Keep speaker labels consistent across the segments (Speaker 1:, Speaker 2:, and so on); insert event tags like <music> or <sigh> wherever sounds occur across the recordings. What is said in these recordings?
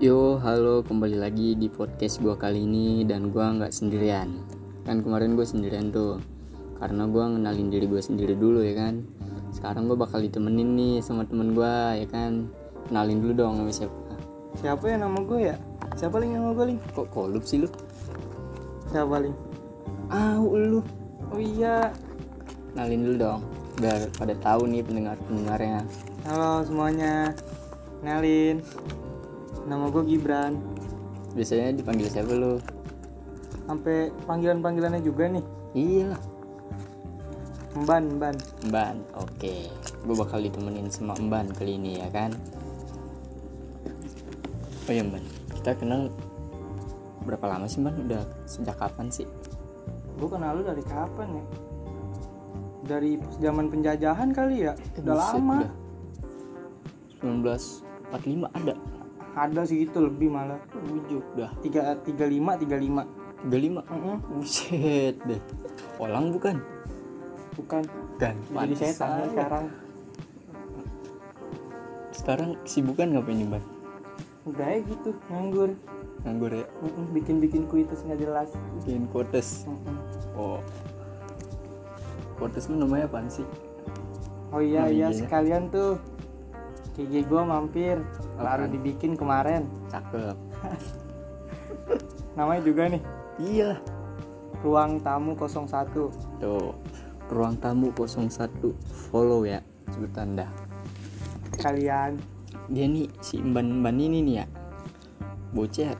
Speaker 1: Yo, halo, kembali lagi di podcast gua kali ini dan gua nggak sendirian. Kan kemarin gue sendirian tuh, karena gua ngenalin diri gue sendiri dulu ya kan. Sekarang gue bakal ditemenin nih sama temen gua ya kan. Kenalin dulu dong sama siapa.
Speaker 2: Siapa ya nama gue ya? Siapa Ling nama gue Ling?
Speaker 1: Kok kolup sih lu?
Speaker 2: Siapa Ling?
Speaker 1: Ah, lu.
Speaker 2: Oh iya
Speaker 1: Kenalin dulu dong, biar pada tahu nih pendengar-pendengarnya.
Speaker 2: Halo semuanya Nalin Nama gue Gibran
Speaker 1: Biasanya dipanggil siapa lu?
Speaker 2: Sampai panggilan-panggilannya juga nih
Speaker 1: Iya lah,
Speaker 2: Mban, Mban
Speaker 1: Mban. Oke, gue bakal ditemenin sama Mban kali ini ya kan. Oh ya Mban, kita kenal berapa lama sih Mban? Udah sejak kapan sih?
Speaker 2: Gue kenal lu dari kapan ya? Dari zaman penjajahan kali ya? Udah
Speaker 1: Buset,
Speaker 2: lama
Speaker 1: udah 1945 ada.
Speaker 2: Ada segitu lebih malah
Speaker 1: Ujuk dah.
Speaker 2: Tiga- 35, 35
Speaker 1: 35.
Speaker 2: Mm-mm.
Speaker 1: Buset deh. Olang bukan?
Speaker 2: Bukan
Speaker 1: Dan
Speaker 2: Jadi setan sekarang
Speaker 1: Sekarang sibukan ngapain nih Mban?
Speaker 2: Udah ya gitu, nganggur
Speaker 1: Nganggur ya?
Speaker 2: Mm-mm, Bikin-bikin kuitus nggak jelas
Speaker 1: Bikin kotes.
Speaker 2: Mm-mm.
Speaker 1: Oh. Kotes lu namanya apaan sih?
Speaker 2: Oh
Speaker 1: Nah,
Speaker 2: iya iya
Speaker 1: iya.
Speaker 2: sekalian tuh KG gua mampir baru
Speaker 1: Apaan?
Speaker 2: dibikin kemarin
Speaker 1: Cakep.
Speaker 2: namanya juga nih
Speaker 1: Iya.
Speaker 2: ruang tamu 01
Speaker 1: Tuh, ruang tamu 01 follow ya sebutan dah.
Speaker 2: kalian
Speaker 1: Dia nih si Mban-Mban ini nih ya. Bocet.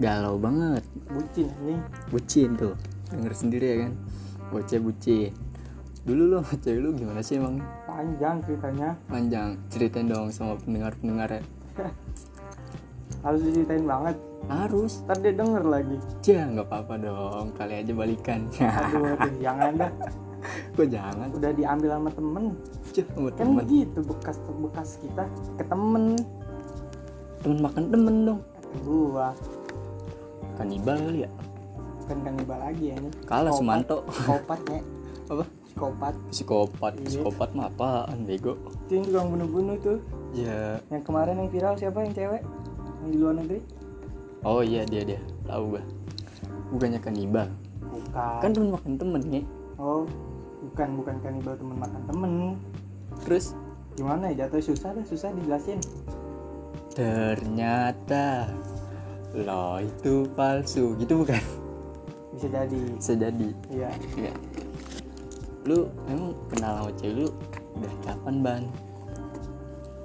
Speaker 1: Galau banget.
Speaker 2: bucin nih
Speaker 1: Bucin tuh. Denger sendiri ya kan. Bocet bucin. Dulu lo sama cewek lu gimana sih emang?
Speaker 2: panjang ceritanya <laughs>
Speaker 1: Panjang ceritain dong sama pendengar-pendengar ya.
Speaker 2: harus diceritain banget
Speaker 1: Harus.
Speaker 2: ntar dia denger lagi
Speaker 1: Ya nggak apa-apa dong. Kali aja balikan. <laughs>
Speaker 2: aduh aduh jangan dah
Speaker 1: Kok jangan?
Speaker 2: udah diambil sama temen
Speaker 1: Cih, sama
Speaker 2: kan
Speaker 1: temen.
Speaker 2: begitu bekas bekas kita ke temen
Speaker 1: Temen makan temen dong.
Speaker 2: Kata gua
Speaker 1: Kanibal kali ya.
Speaker 2: kan kanibal lagi ya nih
Speaker 1: Kalah
Speaker 2: Kopat.
Speaker 1: Sumanto.
Speaker 2: kopat ya
Speaker 1: Apa?
Speaker 2: kopat
Speaker 1: Psikopat.
Speaker 2: Iya.
Speaker 1: Psikopat mah apaan bego?
Speaker 2: itu yang tukang bunuh-bunuh tuh
Speaker 1: Ya,
Speaker 2: yang kemarin yang viral siapa yang cewek yang di luar negeri
Speaker 1: oh iya dia dia, tahu gua. Bukannya kanibal,
Speaker 2: bukan
Speaker 1: kan temen makan temen ya.
Speaker 2: oh bukan bukan kanibal temen makan temen
Speaker 1: Terus
Speaker 2: gimana ya jatuh susah dah susah dijelasin
Speaker 1: ternyata lo itu palsu, gitu bukan?
Speaker 2: bisa jadi
Speaker 1: Bisa jadi.
Speaker 2: iya
Speaker 1: Iya. Lu emang kenal sama cewek lu dari kapan ban?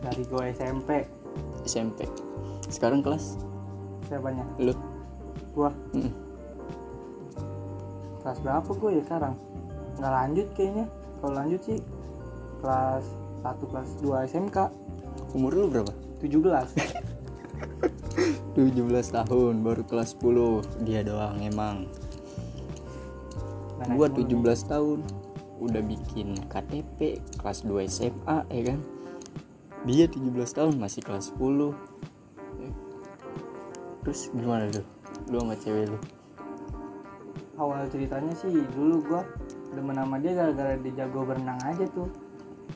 Speaker 2: dari gue SMP
Speaker 1: SMP. Sekarang kelas
Speaker 2: siapanya
Speaker 1: lu
Speaker 2: gue
Speaker 1: Mm.
Speaker 2: kelas berapa gue ya sekarang nggak lanjut kayaknya kalau lanjut sih kelas 1 kelas 2 SMK
Speaker 1: umur lu berapa?
Speaker 2: <laughs> 17
Speaker 1: 17 tahun, baru kelas 10. Dia doang emang.
Speaker 2: Nah,
Speaker 1: gua
Speaker 2: naik
Speaker 1: 17
Speaker 2: mulu
Speaker 1: tahun udah bikin KTP kelas 2 SMA ya kan dia 17 tahun masih kelas 10 terus gimana tuh lu sama cewek lu
Speaker 2: nih. awal ceritanya sih dulu gue demen sama dia gara-gara dia jago berenang aja tuh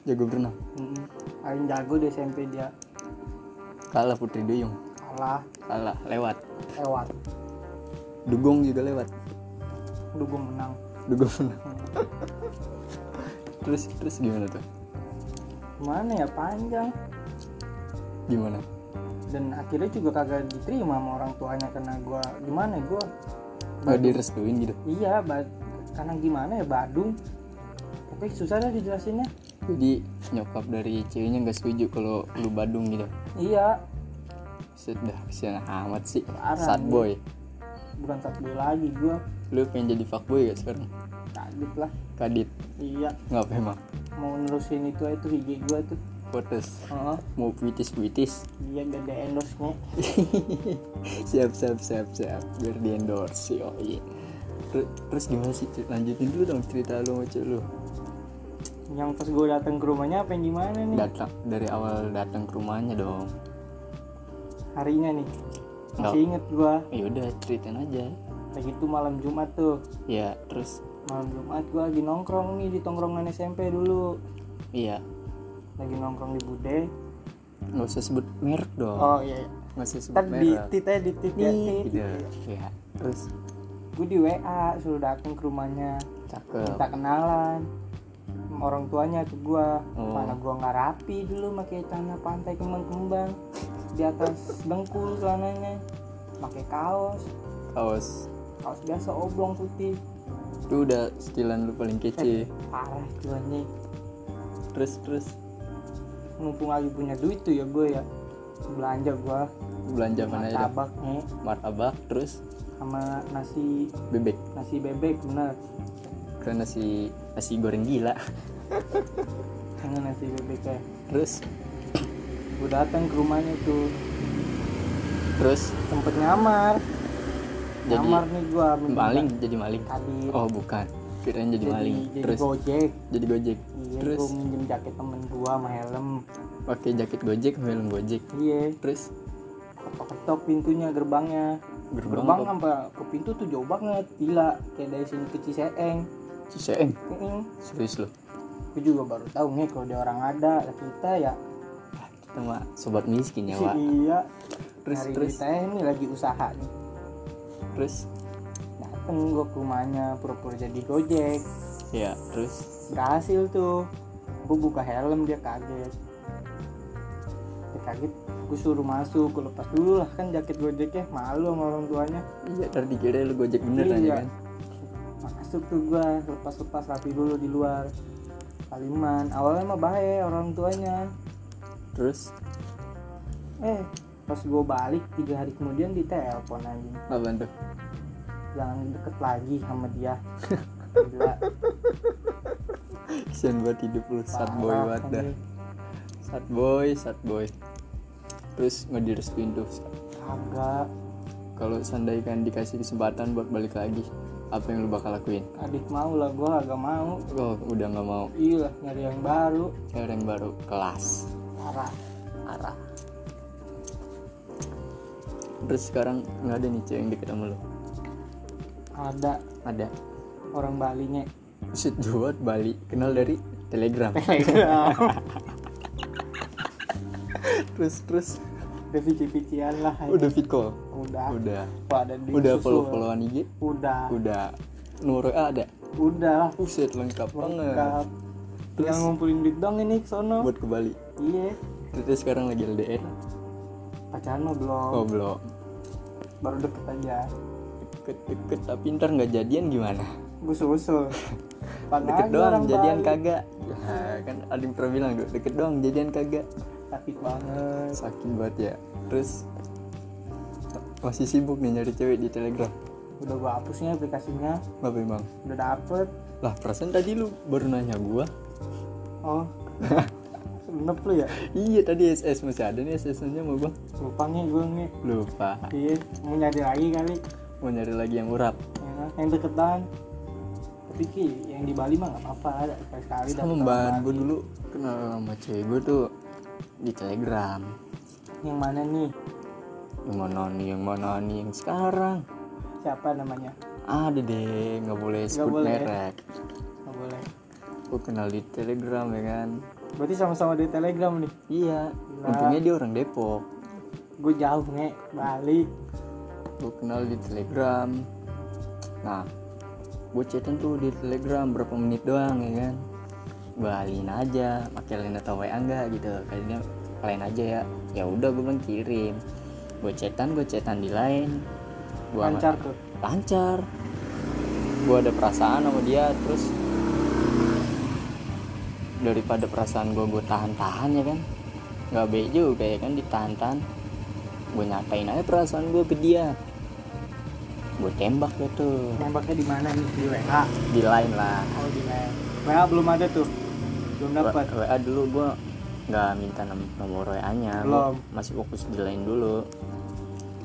Speaker 1: jago berenang
Speaker 2: Mm-mm. paling jago di SMP dia
Speaker 1: kalah Putri Duyung
Speaker 2: kalah
Speaker 1: kalah lewat
Speaker 2: lewat
Speaker 1: dugong juga lewat
Speaker 2: udah gue menang
Speaker 1: dugong menang. terus terus gimana tuh
Speaker 2: mana ya panjang
Speaker 1: gimana
Speaker 2: dan akhirnya juga kagak diterima sama orang tuanya karena gua gimana ya gua
Speaker 1: nggak direstuin gitu
Speaker 2: iya ba- karena gimana ya Badung tapi susah lah dijelasinnya
Speaker 1: jadi nyokap dari ceweknya nggak setuju kalau lu badung gitu
Speaker 2: iya
Speaker 1: sudah kesian amat sih
Speaker 2: Parah,
Speaker 1: sad
Speaker 2: lu.
Speaker 1: boy
Speaker 2: bukan satu lagi gua
Speaker 1: lu pengen jadi fuckboy gak sekarang
Speaker 2: kaget lah
Speaker 1: kadit
Speaker 2: iya
Speaker 1: nggak apa emang
Speaker 2: mau nerusin itu itu IG gua tuh
Speaker 1: potes
Speaker 2: oh
Speaker 1: mau puitis puitis
Speaker 2: iya gak ada endorse-nya
Speaker 1: <laughs> siap siap siap siap biar di endorse yo iya terus, terus gimana sih Cuk? lanjutin dulu dong cerita lu sama cewek lu
Speaker 2: yang pas gua datang ke rumahnya apa yang gimana nih
Speaker 1: datang dari awal datang ke rumahnya dong
Speaker 2: harinya nih
Speaker 1: Nggak.
Speaker 2: masih inget gua
Speaker 1: ya udah ceritain aja
Speaker 2: kayak gitu malam Jumat tuh
Speaker 1: ya terus
Speaker 2: malam Jumat gua lagi nongkrong nih di tongkrongan SMP dulu
Speaker 1: iya
Speaker 2: lagi nongkrong di Bude
Speaker 1: nggak usah sebut merek dong
Speaker 2: oh iya iya.
Speaker 1: masih sebut
Speaker 3: ntar di
Speaker 1: merek
Speaker 3: tit aja di tit ya
Speaker 2: Tit.
Speaker 3: tit.
Speaker 1: gitu ya
Speaker 3: terus
Speaker 2: gue di WA suruh datang ke rumahnya
Speaker 1: cakep
Speaker 2: minta kenalan Sama orang tuanya ke gua
Speaker 1: Oh.
Speaker 2: mana gua nggak rapi dulu pakai celana pantai kembang-kembang di atas dengkul celananya pakai kaos
Speaker 1: kaos
Speaker 2: kaos biasa oblong putih Eh,
Speaker 1: itu udah stilan lu paling kece
Speaker 2: parah tuanya
Speaker 1: terus terus
Speaker 2: mumpung lagi punya duit tuh ya gue ya belanja gua
Speaker 1: belanja mana aja dah?
Speaker 2: tabaknya
Speaker 1: martabak terus
Speaker 2: sama nasi
Speaker 1: bebek
Speaker 2: nasi bebek bener
Speaker 1: karena nasi nasi goreng gila
Speaker 2: sama nasi bebeknya
Speaker 1: terus
Speaker 2: gue datang ke rumahnya tuh
Speaker 1: terus
Speaker 2: sempet nyamar
Speaker 1: Jadi
Speaker 2: nyamar nih gua minta
Speaker 1: maling jadi maling
Speaker 2: tadi
Speaker 1: oh bukan kirain jadi maling
Speaker 2: jadi
Speaker 1: terus
Speaker 2: gojek
Speaker 1: jadi gojek
Speaker 2: iya
Speaker 1: Terus?
Speaker 2: gue minjem jaket temen gua sama helm
Speaker 1: pakai jaket gojek helm gojek
Speaker 2: iya
Speaker 1: terus
Speaker 2: ketok-ketok pintunya gerbangnya gerbang
Speaker 1: gerbang apa?
Speaker 2: sampai ke pintu tuh jauh banget gila kayak dari sini ke Ciseeng
Speaker 1: Ciseeng
Speaker 2: Mm-mm.
Speaker 1: serius loh
Speaker 2: gue juga baru tahu nih kalau dia orang ada lah kita ya
Speaker 1: kita mah sobat miskin ya
Speaker 2: si <laughs>
Speaker 1: Wak.
Speaker 2: iya
Speaker 1: terus
Speaker 2: hari
Speaker 1: terus
Speaker 2: kita ini lagi usaha nih
Speaker 1: terus
Speaker 2: dateng gue ke rumahnya pura-pura jadi gojek
Speaker 1: ya terus
Speaker 2: berhasil tuh gue buka helm dia kaget dia kaget gue suruh masuk gue lepas dulu lah kan jaket gojeknya malu sama orang tuanya
Speaker 1: iya ntar dikira lu gojek beneran
Speaker 2: Iya.
Speaker 1: ya kan
Speaker 2: masuk tuh gue lepas lepas rapi dulu di luar Kaliman awalnya mah baik orang tuanya
Speaker 1: terus
Speaker 2: eh pas gue balik tiga hari kemudian ditelepon aja
Speaker 1: apa tuh
Speaker 2: jangan deket lagi sama
Speaker 1: <laughs>
Speaker 2: dia Gila,
Speaker 1: kesian buat hidup lu sad boy
Speaker 2: parah,
Speaker 1: banget dah
Speaker 2: anjing.
Speaker 1: sad boy sad boy terus nggak direstuin tuh
Speaker 2: kagak
Speaker 1: kalau seandainya dikasih kesempatan buat balik lagi apa yang lu bakal lakuin
Speaker 2: adik mau lah gue agak mau
Speaker 1: oh udah nggak mau
Speaker 2: iya lah, nyari yang baru
Speaker 1: Era yang baru kelas
Speaker 2: parah
Speaker 1: arah terus sekarang nggak ada nih cewek yang deket sama lu
Speaker 2: ada
Speaker 1: ada
Speaker 2: orang
Speaker 1: <laughs>
Speaker 2: Balinya
Speaker 1: Buset buat Bali kenal dari
Speaker 2: <laughs>
Speaker 1: Telegram Iya. terus terus
Speaker 2: udah pici-pician lah
Speaker 1: udah fit call
Speaker 2: udah
Speaker 1: udah
Speaker 2: Wah, dan di
Speaker 1: udah
Speaker 2: susul.
Speaker 1: follow followan IG
Speaker 2: udah
Speaker 1: udah Nurul ah, ada
Speaker 2: udah lah
Speaker 1: Buset lengkap banget
Speaker 2: lengkap yang ngumpulin duit dong ini ke sono
Speaker 1: buat ke Bali
Speaker 2: iya
Speaker 1: terus sekarang lagi LDR
Speaker 2: pacaran mah belum
Speaker 1: oh belum
Speaker 2: baru deket aja
Speaker 1: deket-deket tapi ntar nggak jadian gimana <laughs>
Speaker 2: busul-busul
Speaker 1: deket doang jadian kagak ya, kan ada yang pernah bilang tuh deket doang jadian kagak
Speaker 2: sakit banget
Speaker 1: sakit banget ya terus masih sibuk nih nyari cewek di telegram
Speaker 2: udah gua hapusnya aplikasinya
Speaker 1: apa emang
Speaker 2: udah dapet
Speaker 1: lah perasaan tadi lu baru nanya gua <laughs>
Speaker 2: oh Senep lu ya
Speaker 1: iya tadi SS masih ada nih SS nya mau gua
Speaker 2: lupa nih gue nih
Speaker 1: lupa
Speaker 2: iya mau nyari lagi kali
Speaker 1: mau nyari lagi yang urap
Speaker 2: ya, yang deketan tapi Ki, yang di Bali mah nggak apa-apa ada sekali
Speaker 1: sama bahan gua dulu kenal sama cewek gua tuh di telegram
Speaker 2: yang mana nih
Speaker 1: yang mana nih yang mana nih yang sekarang
Speaker 2: siapa namanya
Speaker 1: ada deh nggak boleh sebut
Speaker 2: boleh.
Speaker 1: merek
Speaker 2: nggak boleh
Speaker 1: gue kenal di telegram ya kan
Speaker 2: berarti sama-sama di Telegram nih
Speaker 1: iya untungnya dia orang Depok
Speaker 2: gue jauh nih Bali
Speaker 1: gue kenal di telegram nah gue chatan tuh di telegram berapa menit doang ya kan balin aja pakai lain atau WA enggak gitu kayaknya lain aja ya ya udah gue bilang kirim gue chatan gue chatan di lain gua
Speaker 2: lancar tuh
Speaker 1: lancar gue ada perasaan sama dia terus daripada perasaan gue gue tahan-tahan ya kan nggak baik juga ya kan ditahan-tahan gue nyatain aja perasaan gue ke dia gue tembak deh tuh
Speaker 2: nembaknya di mana nih di WA
Speaker 1: di lain lah
Speaker 2: oh di WA WA belum ada tuh belum dapat
Speaker 1: W- WA dulu gue nggak minta nom- nomor WA nya
Speaker 2: Belum.
Speaker 1: masih fokus di lain dulu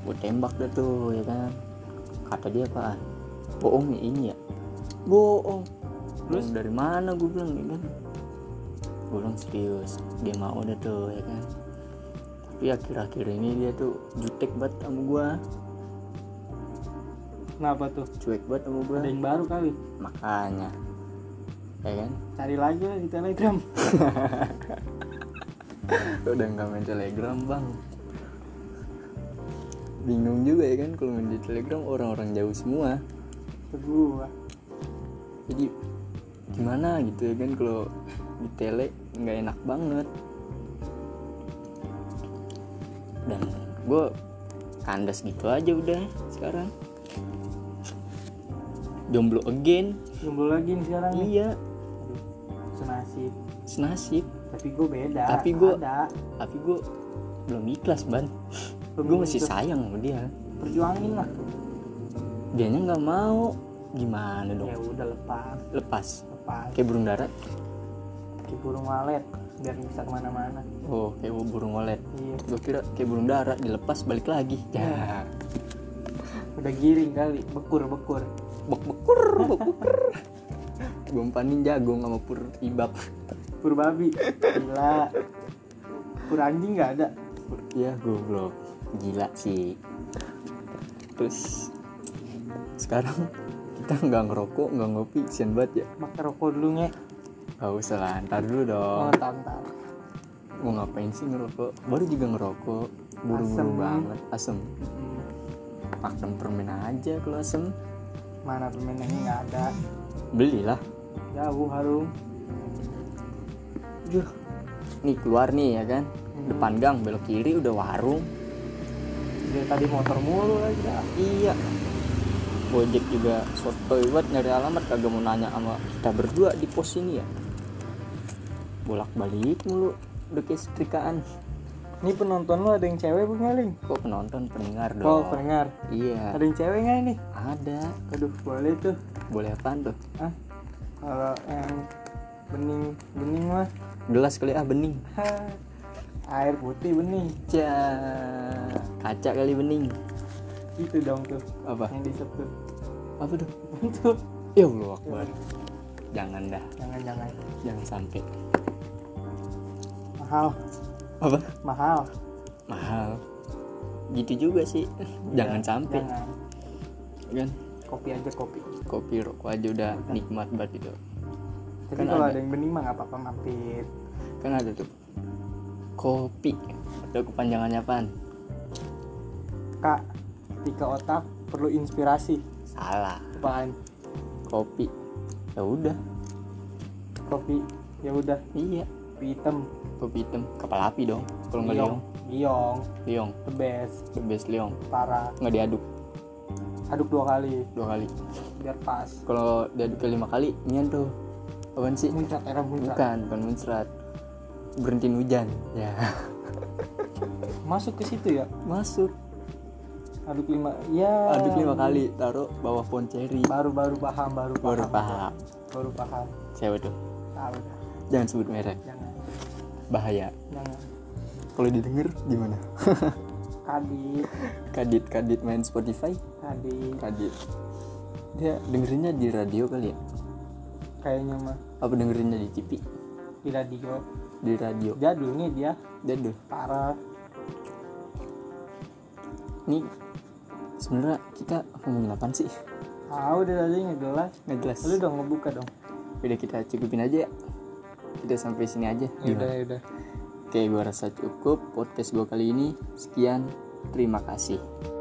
Speaker 1: gue tembak deh tuh ya kan kata dia apaan bohong ya ini ya bohong terus dari mana gue bilang ya kan gue bilang serius dia mau deh tuh ya kan tapi akhir-akhir ini dia tuh jutek banget sama gue
Speaker 2: kenapa tuh
Speaker 1: cuek banget sama gue
Speaker 2: ada yang baru kali
Speaker 1: makanya ya kan
Speaker 2: cari lagi lah di Telegram
Speaker 1: udah nggak main telegram bang bingung juga ya kan kalau di telegram orang-orang jauh semua
Speaker 2: ke gua
Speaker 1: jadi gimana gitu ya kan kalau di tele nggak enak banget dan gue kandas gitu aja udah sekarang jomblo again
Speaker 2: jomblo lagi nih sekarang nih
Speaker 1: iya
Speaker 2: Aduh, senasib
Speaker 1: senasib
Speaker 2: tapi gue beda
Speaker 1: Tapi gua-
Speaker 2: ada
Speaker 1: tapi gue belum ikhlas ban gue masih sayang sama dia
Speaker 2: perjuangin lah
Speaker 1: dianya nggak mau gimana dong
Speaker 2: ya udah lepas
Speaker 1: lepas
Speaker 2: lepas
Speaker 1: kayak burung darat
Speaker 2: pakai burung walet biar bisa kemana-mana
Speaker 1: oh kayak burung walet
Speaker 2: iya
Speaker 1: gue kira kayak burung darat dilepas balik lagi ya
Speaker 2: udah giring kali bekur bekur
Speaker 1: bok bekur bok bekur gue panin jagung sama pur ibab
Speaker 2: pur babi gila pur anjing nggak ada
Speaker 1: ya goblok gila sih terus sekarang kita nggak ngerokok nggak ngopi sian banget ya
Speaker 2: pakai rokok dulu nge
Speaker 1: gak usah lah ntar dulu
Speaker 2: oh
Speaker 1: dong
Speaker 2: tantar
Speaker 1: mau ngapain sih ngerokok baru juga ngerokok buru-buru
Speaker 2: Asem.
Speaker 1: banget asem
Speaker 2: Hmm.
Speaker 1: pakem permen aja kalau asem
Speaker 2: mana pemenangnya nggak ada
Speaker 1: belilah
Speaker 2: jauh harum
Speaker 1: Jujur. nih keluar nih ya kan depan gang belok kiri udah warung
Speaker 2: dari tadi motor mulu lagi dah.
Speaker 1: Iya. Gojek juga sotoy banget nyari alamat kagak mau nanya sama kita berdua di pos ini ya. Bolak-balik mulu udah kayak setrikaan.
Speaker 2: ini penonton lu ada yang cewek bu ngaling
Speaker 1: Kok penonton pendengar dong?
Speaker 2: oh pendengar
Speaker 1: Iya,
Speaker 2: ada yang cewek nggak ini
Speaker 1: ada.
Speaker 2: aduh boleh tuh
Speaker 1: Boleh apaan tuh?
Speaker 2: ah kalau yang bening bening mah <laughs>
Speaker 1: Gelas kali ah bening.
Speaker 2: air putih bening
Speaker 1: Ca. Kaca kali bening.
Speaker 2: gitu dong tuh
Speaker 1: Apa?
Speaker 2: yang disep tuh
Speaker 1: Apa tuh?
Speaker 2: itu
Speaker 1: Ya Allah Akbar. Jangan dah,
Speaker 2: jangan jangan
Speaker 1: jangan sampai.
Speaker 2: mahal
Speaker 1: Apa?
Speaker 2: mahal
Speaker 1: Mahal. Gitu juga sih. Jangan sampai.
Speaker 2: Ya, jangan
Speaker 1: Kan?
Speaker 2: kopi aja kopi
Speaker 1: kopi rokok aja udah nikmat banget itu
Speaker 2: jadi
Speaker 1: Kan
Speaker 2: kalau
Speaker 1: ada.
Speaker 2: ada yang bening mah nggak apa-apa mampir
Speaker 1: kan ada tuh kopi ada kepanjangannya apaan
Speaker 2: kak ketika otak perlu inspirasi
Speaker 1: salah
Speaker 2: apaan
Speaker 1: kopi ya udah
Speaker 2: kopi ya udah
Speaker 1: iya
Speaker 2: kopi hitam
Speaker 1: kopi hitam kepala api dong kalau nggak liong
Speaker 2: giong
Speaker 1: liong
Speaker 2: the best
Speaker 1: the best liong
Speaker 2: parah
Speaker 1: nggak diaduk
Speaker 2: aduk dua kali
Speaker 1: dua kali
Speaker 2: biar pas
Speaker 1: kalau diaduk ke lima kali nyian tuh apaan sih
Speaker 2: muncrat era muncrat
Speaker 1: bukan bukan muncrat berhentiin hujan ya
Speaker 2: masuk ke situ ya
Speaker 1: masuk
Speaker 2: aduk lima ya
Speaker 1: aduk lima kali taruh bawah pohon ceri
Speaker 2: baru baru paham baru paham
Speaker 1: baru paham
Speaker 2: baru paham
Speaker 1: cewek tuh
Speaker 2: tahu dah.
Speaker 1: jangan sebut merek
Speaker 2: jangan
Speaker 1: bahaya
Speaker 2: jangan
Speaker 1: kalau didengar gimana <laughs>
Speaker 2: kadit
Speaker 1: kadit kadit main Spotify
Speaker 2: kadit
Speaker 1: kadit dia dengerinnya di radio kali ya
Speaker 2: kayaknya mah
Speaker 1: apa dengerinnya di TV
Speaker 2: di radio
Speaker 1: di radio
Speaker 2: jadul nih dia
Speaker 1: dadah
Speaker 2: parah
Speaker 1: nih sebenarnya kita ngomongin apaan sih
Speaker 2: tahu Ah, udah tadi ngegelas
Speaker 1: nggak jelas
Speaker 2: lu dong ngebuka dong
Speaker 1: udah kita cukupin aja ya kita sampai sini aja
Speaker 2: udah
Speaker 1: Gimana?
Speaker 2: ya udah
Speaker 1: oke gua rasa cukup podcast gua kali ini sekian terima kasih